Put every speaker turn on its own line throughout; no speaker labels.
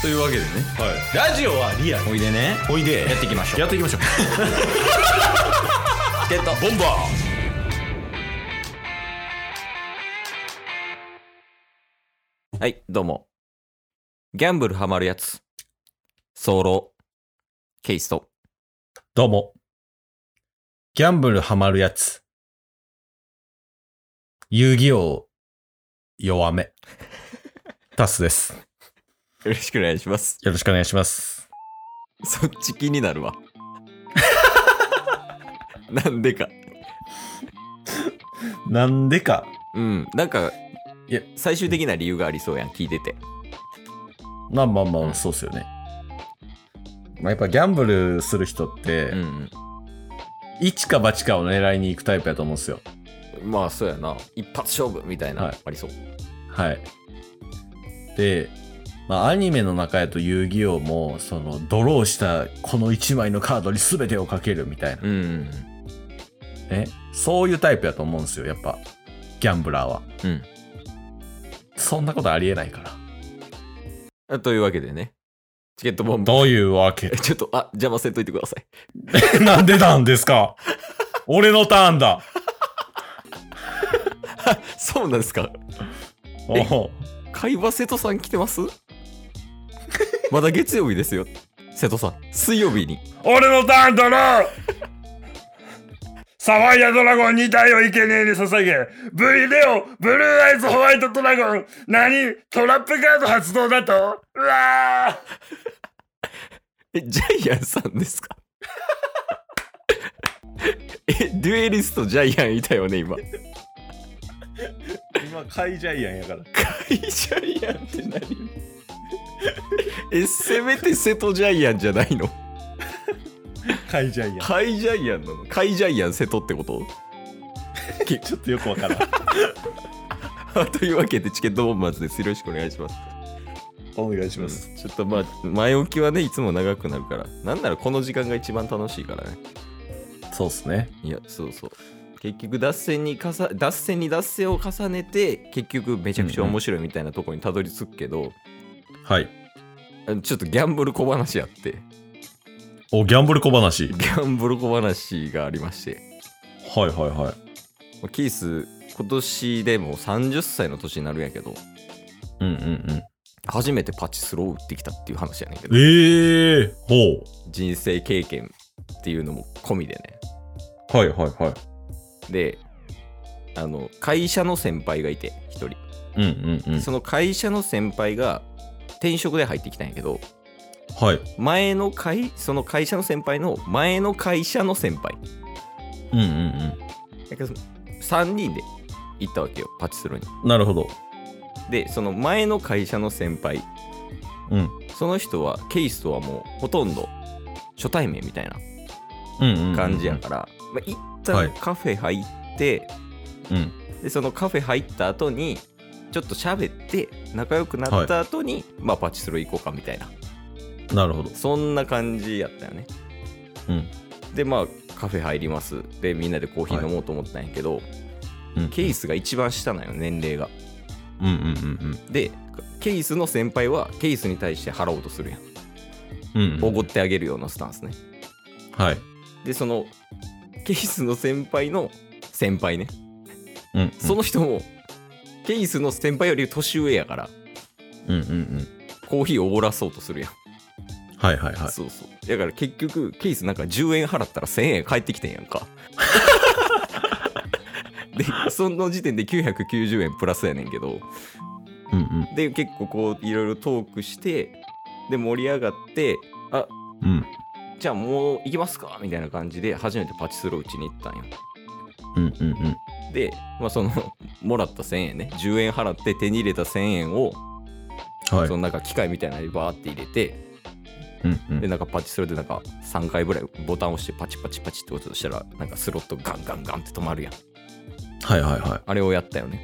というわけでね
はい、ラジオはリアル
おいでね
おいで
やっていきましょう
やっていきましょう
ってた
ボンバ
はいどうもギャンブルハマるやつソロケイスト
どうも。ギャンブルハマるやつ。遊戯王弱め。タスです。
よろしくお願いします
よろしくお願いします。
そっち気になるわ なんでか
なんでか。
うんなんか
いや
最終的な理由がありそうやん聞いてて
まあまあまあ、そうっすよね。まあ、やっぱギャンブルする人って、
うん
一か八かを狙いに行くタイプやと思うんですよ。
うんまあそうやな一発勝負みたいな、
はい
ありそう
はい。で、まあ、アニメの中やと遊戯王も、その、ドローしたこの1枚のカードに全てをかけるみたいな。
うんうん
ね、そういうタイプやと思うんですよ、やっぱ、ギャンブラーは。
うん
そんなことありえないから。
あというわけでねチケットボンボン
どういうわけ
ちょっとあ邪魔せんといてください
なんでなんですか俺のターンだ
そうなんですか
おう
会話瀬戸さん来てますまだ月曜日ですよ瀬戸さん水曜日に
俺のターンだろサファイアドラゴン2体を生贄に捧げ、V レオ、ブルーアイズホワイトドラゴン、何トラップカード発動だとうわ
えジャイアンさんですか えデュエリストジャイアンいたよね今
ー今、カイジャイアンやから。
ジャイアンって何えせめて瀬戸ジャイアンじゃないの
カイジャイアン
カイジャイアンなのカイジャイアン瀬戸ってこと
ちょっとよくわからん。
というわけでチケットボンバーズですよろしくお願いします
お願いします。
ちょっとまあ前置きはねいつも長くなるからなんならこの時間が一番楽しいからね
そうっすね。
いやそうそう結局脱線にかさ脱線に脱線を重ねて結局めちゃくちゃ面白いみたいなところにたどり着くけど、
はい。
あのちょっとギャンブル小話やって
お、ギャンブル小話。
ギャンブル小話がありまして
はいはいはい。
まあキース今年でもう30歳の年になるんやけど
うんうんうん。
初めてパチスロー打ってきたっていう話やねんけど
ええほ
人生経験っていうのも込みでね
う。はいはいは
であの会社の先輩がいて一人、
い。うんうんうん。
その会社の先輩が転職で入ってきたんやけど
はい。
前の会その会社の先輩の前の会社の先輩
うんうん
だからその3人で行ったわけよパチスロに
うん。なるほど。
でその前の会社の先輩
うん。
その人はケイスとはもうほとんど初対面みたい
うんうん、
な感じやから、まあ、一
は
旦
い
カフェ入って、
ら。うん。
でそのカフェ入った後にちょっと喋って仲良くなった後に、まあパチスロ行こうかみたいな
なるほど。
そんな感じやったよね
うん。
でまあカフェ入りますでみんなでコーヒー飲もうと思ったんやけど、
うん。
ケイスが一番下なんよ年齢が
うんうんうん
でケイスの先輩はケイスに対して払おうとするやん
うん。うん、うん。
おごってあげるようなスタンスね
はい。
でそのケイスの先輩の先輩ね
うん、うん。
その人もケイスの先輩より年上やから
うんうんうん。
コーヒーおごらそうとするやん、
はいはいはい。
そうそうだから結局ケイスなんか10円払ったら1000円返ってきてんや んかでその時点で990円プラスやねんけど
うんうん
で結構こういろいろトークしてで盛り上がってあ
うん。
じゃあもう行きますかみたいな感じで初めてパチスロ打ちに行ったんよ
うんうんうん。
で、まあ、その もらった1000円ね10円払って手に入れた1000円を、
はい
そ。のなんか機械みたいなのにバーって入れて
うんう
で
ん。
なんかパチスロでなんか3回ぐらいボタン押してパチパチパチって音したらなんかスロットガンガンガンって止まるやん
はいはいは
あれをやったよね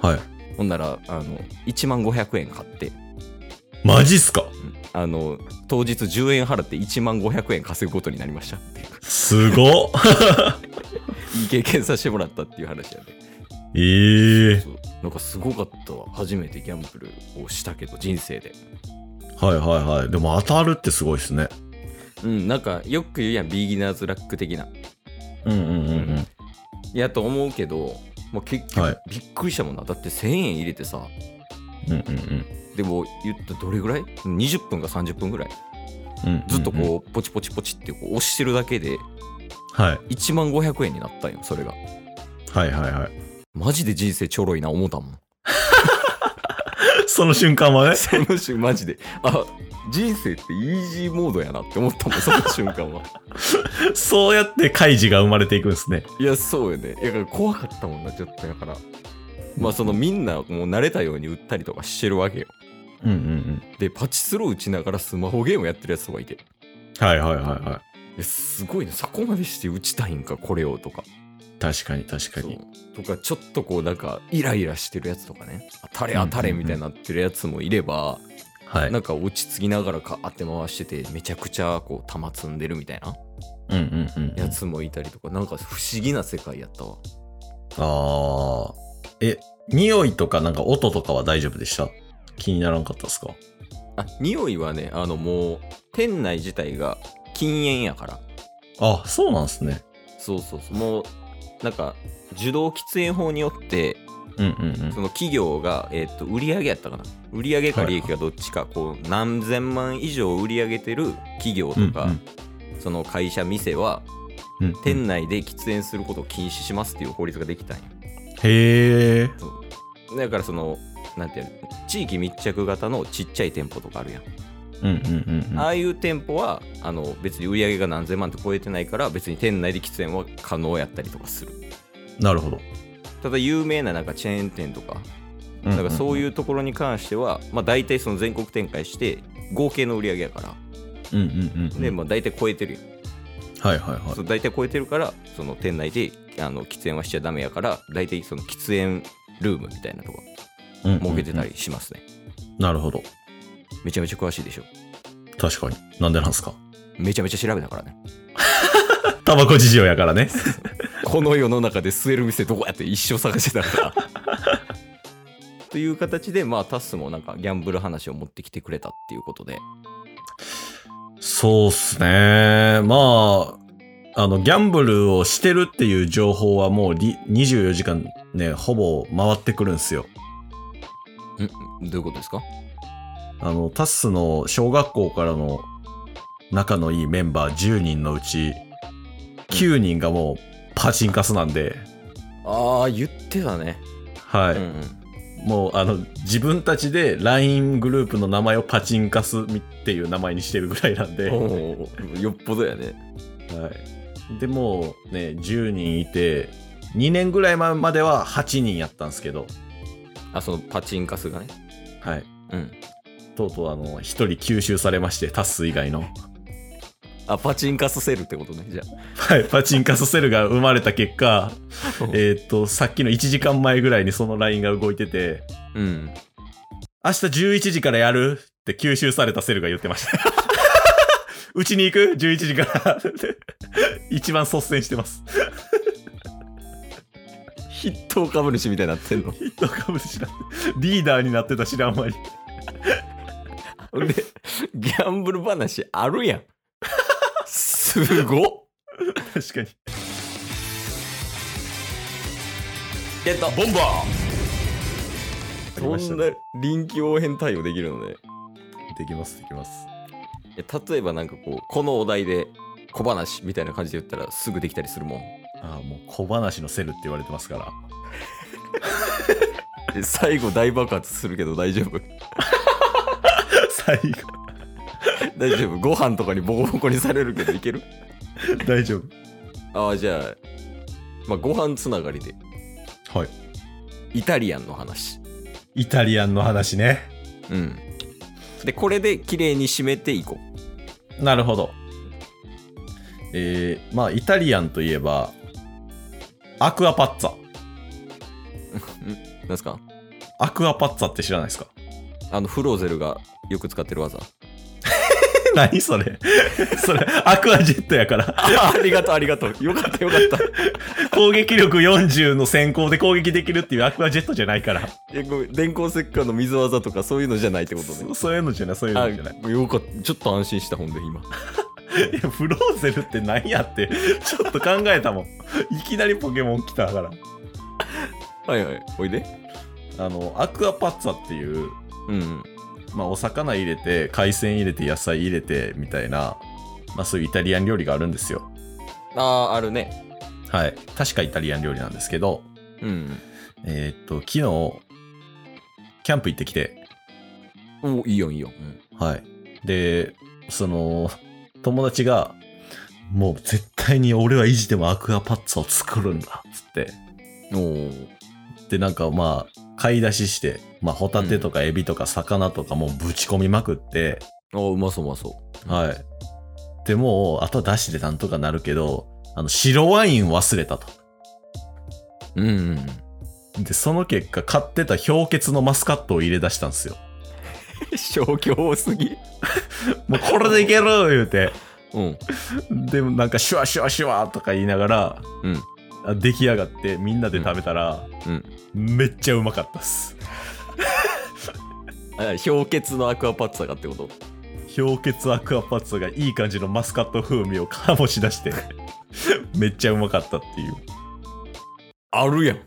い。はい。
ほんならあの1万500円買って
マジっすか
あの当日10円払って1万500円稼ぐことになりましたっていう
すごっ
いい経験させてもらったっていう話やね
ええ
そうなんかすごかったわ初めてギャンブルをしたけど人生で
はいはいはい。でも当たるってすごいですね。
うん、なんかよく言うやんビギナーズラック的な
うんうんうん
やと思うけど、まあ、結
はい
局びっくりしたもんな、だって1000円入れてさ
うん。うんうんうん。
でも言ったらどれぐらい ?20 分か30分ぐらい
うんうん
ずっとこうポチポチポチってこう押してるだけで
うん。はい。
1万500円になったんよそれが
はいはいはい。
マジで人生ちょろいな思ったもん
その瞬間はね。
その瞬マジであ人生ってイージーモードやなって思ったもんその瞬間は
そうやって開示が生まれていくんですね。
いやそうよねいやだから怖かったもんなちょっとだからまあそのみんなもう慣れたように売ったりとかしてるわけよ
うんうんうん。
でパチスロ打ちながらスマホゲームやってるやつとかいて
はいはいはいはい
やすごいなそこまでして打ちたいんかこれをとか
い。確かに確かに。
そうとかちょっとこうなんかイライラしてるやつとかね当たれ当たれ
うんうんうん
みたいになってるやつもいれば、
はい。うん
なんか落ち着きながらかあって回しててめちゃくちゃこう玉積んでるみたいな
うんうんうん。
やつもいたりとか、なんか不思議な世界やったわ
ああ。え、匂いとかなんか音とかは大丈夫でした気にならんかったですか
あ匂いはねあのもう店内自体が禁煙やから
あ、そうなんですね。
そうそうそうもうなんか受動喫煙法によって
うんうん
その企業が、えー、と売上やったかな売上か利益かどっちか、こう何千万以上売り上げてる企業
うん。
とか、その会社店は
うんうん、
店内で喫煙することを禁止しますっていう法律ができたんよ
へえ。
だからそのなんていうの地域密着型のちっちゃい店舗とかあるやん、
うんうんうん。
ああいう店舗はあの別に売り上げが何千万って超えてないから別に店内で喫煙は可能やったりとかする
なるほど。。
ただ有名ななんかチェーン店とかだからそういううところに関しては、まあ、大体その全国展開して合計の売り上げやから、
うんうんうんうん。
でまあ、大体超えてるやん、
はいはいはい
そ。う大体超えてるからその店内であの喫煙はしちゃダメやから大体その喫煙ルームみたいなとこ
うん
設けてた
り。
りしますね、
なるほど。
めちゃめちゃ詳しいでしょ
確かに。なんでなんすか
めちゃめちゃ調べたからね
タバコ事情やからね。
この世の中で吸える店どこやって一生探してたから という形でまあタスもなんかギャンブル話を持ってきてくれたっていうことで
そうっすね。まあ、あの、ギャンブルをしてるっていう情報はもうり24時間ね、ほぼ回ってくるんすよ。
んどういうことですか
あの、タッスの小学校からの仲のいいメンバー10人のうち、9人がもうパチンカスなんで、
ああ言ってたね、
はい。
うんうん
もうあの自分たちで LINE グループの名前をパチンカスっていう名前にしてるぐらいなんで、は
おーよっぽどやね。
い、でもうね10人いて2年ぐらい前までは8人やったんですけど、
あ、そのパチンカスがね。
はい、
うん。
とうとうあの1人吸収されましてタッス以外の、
あ、パチンカスセルってことね、じゃ
はい、パチンカスセルが生まれた結果
あ。
えーっとさっきの1時間前ぐらいにその LINE が動いてて
うん。
明日11時からやるって吸収されたセルが言ってました。 うちに行く ?11 時から。 一番率先してます。
筆頭株主みたいになってん の。
ヒット株主だってリーダーになってた知らん間に。
で、ギャンブル話あるやん。すごっ
確かに。
ゲット
ボンバ
そんな臨機応変対応できるので、
できます、できます。
いや例えばなんかこう、このお題で小話みたいな感じで言ったらすぐできたりす るもん。
ああ、もう小話のセルって言われてますから。
で最後大爆発するけど大丈夫。
最後、
大丈夫。ご飯とかにボコボコにされるけどいける
大丈
ああじゃあ、まあ、ご飯つながりで
夫。はい。
イタリアンの話
イタリアンの話ね。
うんでこれで綺麗に締めていこ
なるほど。えー、まあ、イタリアンといえば、アクアパッツァ。
う なんすか
アクアパッツァって知らないですか
あのフローゼルがよく使ってる技
何それ それ、アクアジェットやから。
あありがとうありがとうよかったよかった
攻撃力40の先行で攻撃できるっていうアクアジェットじゃないから。
えごめん電光石火の水技とかそういうのじゃないってことね
そそういうのじゃない、そういう
あ
のじゃない。
よかったちょっと安心したほんで今
いや、フローゼルって何やって、 ちょっと考えたもん。いきなりポケモン来たから。
はいはいおいで
あの、アクアパッツァっていう、
うんうん
まあ、お魚入れて、海鮮入れて、野菜入れて、みたいな、まあ、そういうイタリアン料理があるんですよ。
あああるね
はい。確かイタリアン料理なんですけど、
うん
えーっと、昨日、キャンプ行ってきて、
おいいよいいよ、
はい。で、その、友達が、もう絶対に俺は意地でもアクアパッツァを作るんだ、つって。
うん、おお
で、なんかまあ、買い出しして、まあ、ホタテとかエビとか魚とかもうぶち込みまくって、
あーうまそううまそう
はい。でもう、あとは出汁でなんとかなるけど、あの、白ワイン忘れたと。
うん うんうん
で、その結果、買ってた氷結のマスカットを入れ出したんですよ。
消去多すぎ
もうこれでいける言うて。
うん
でもなんかシュワシュワシュワとか言いながら、
うん
あ出来上がってみんなで食べたら、
うん
めっちゃうまかったっす。
あ氷結のアクアパッツァがってこと
氷結アクアパッツァがいい感じのマスカット風味を醸し出して、 めっちゃうまかったっていう。
あるやん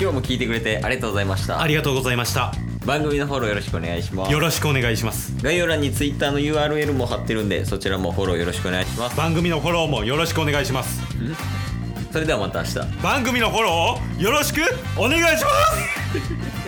今日も聞いてくれてありがとうございました
ありがとうございました
番組のフォローよろしくお願いします
よろしくお願いします
概要欄に Twitter の URL も貼ってるんでそちらもフォローよろしくお願いします
番組のフォローもよろしくお願いします
それではまた明日
番組のフォローをよろしくお願いします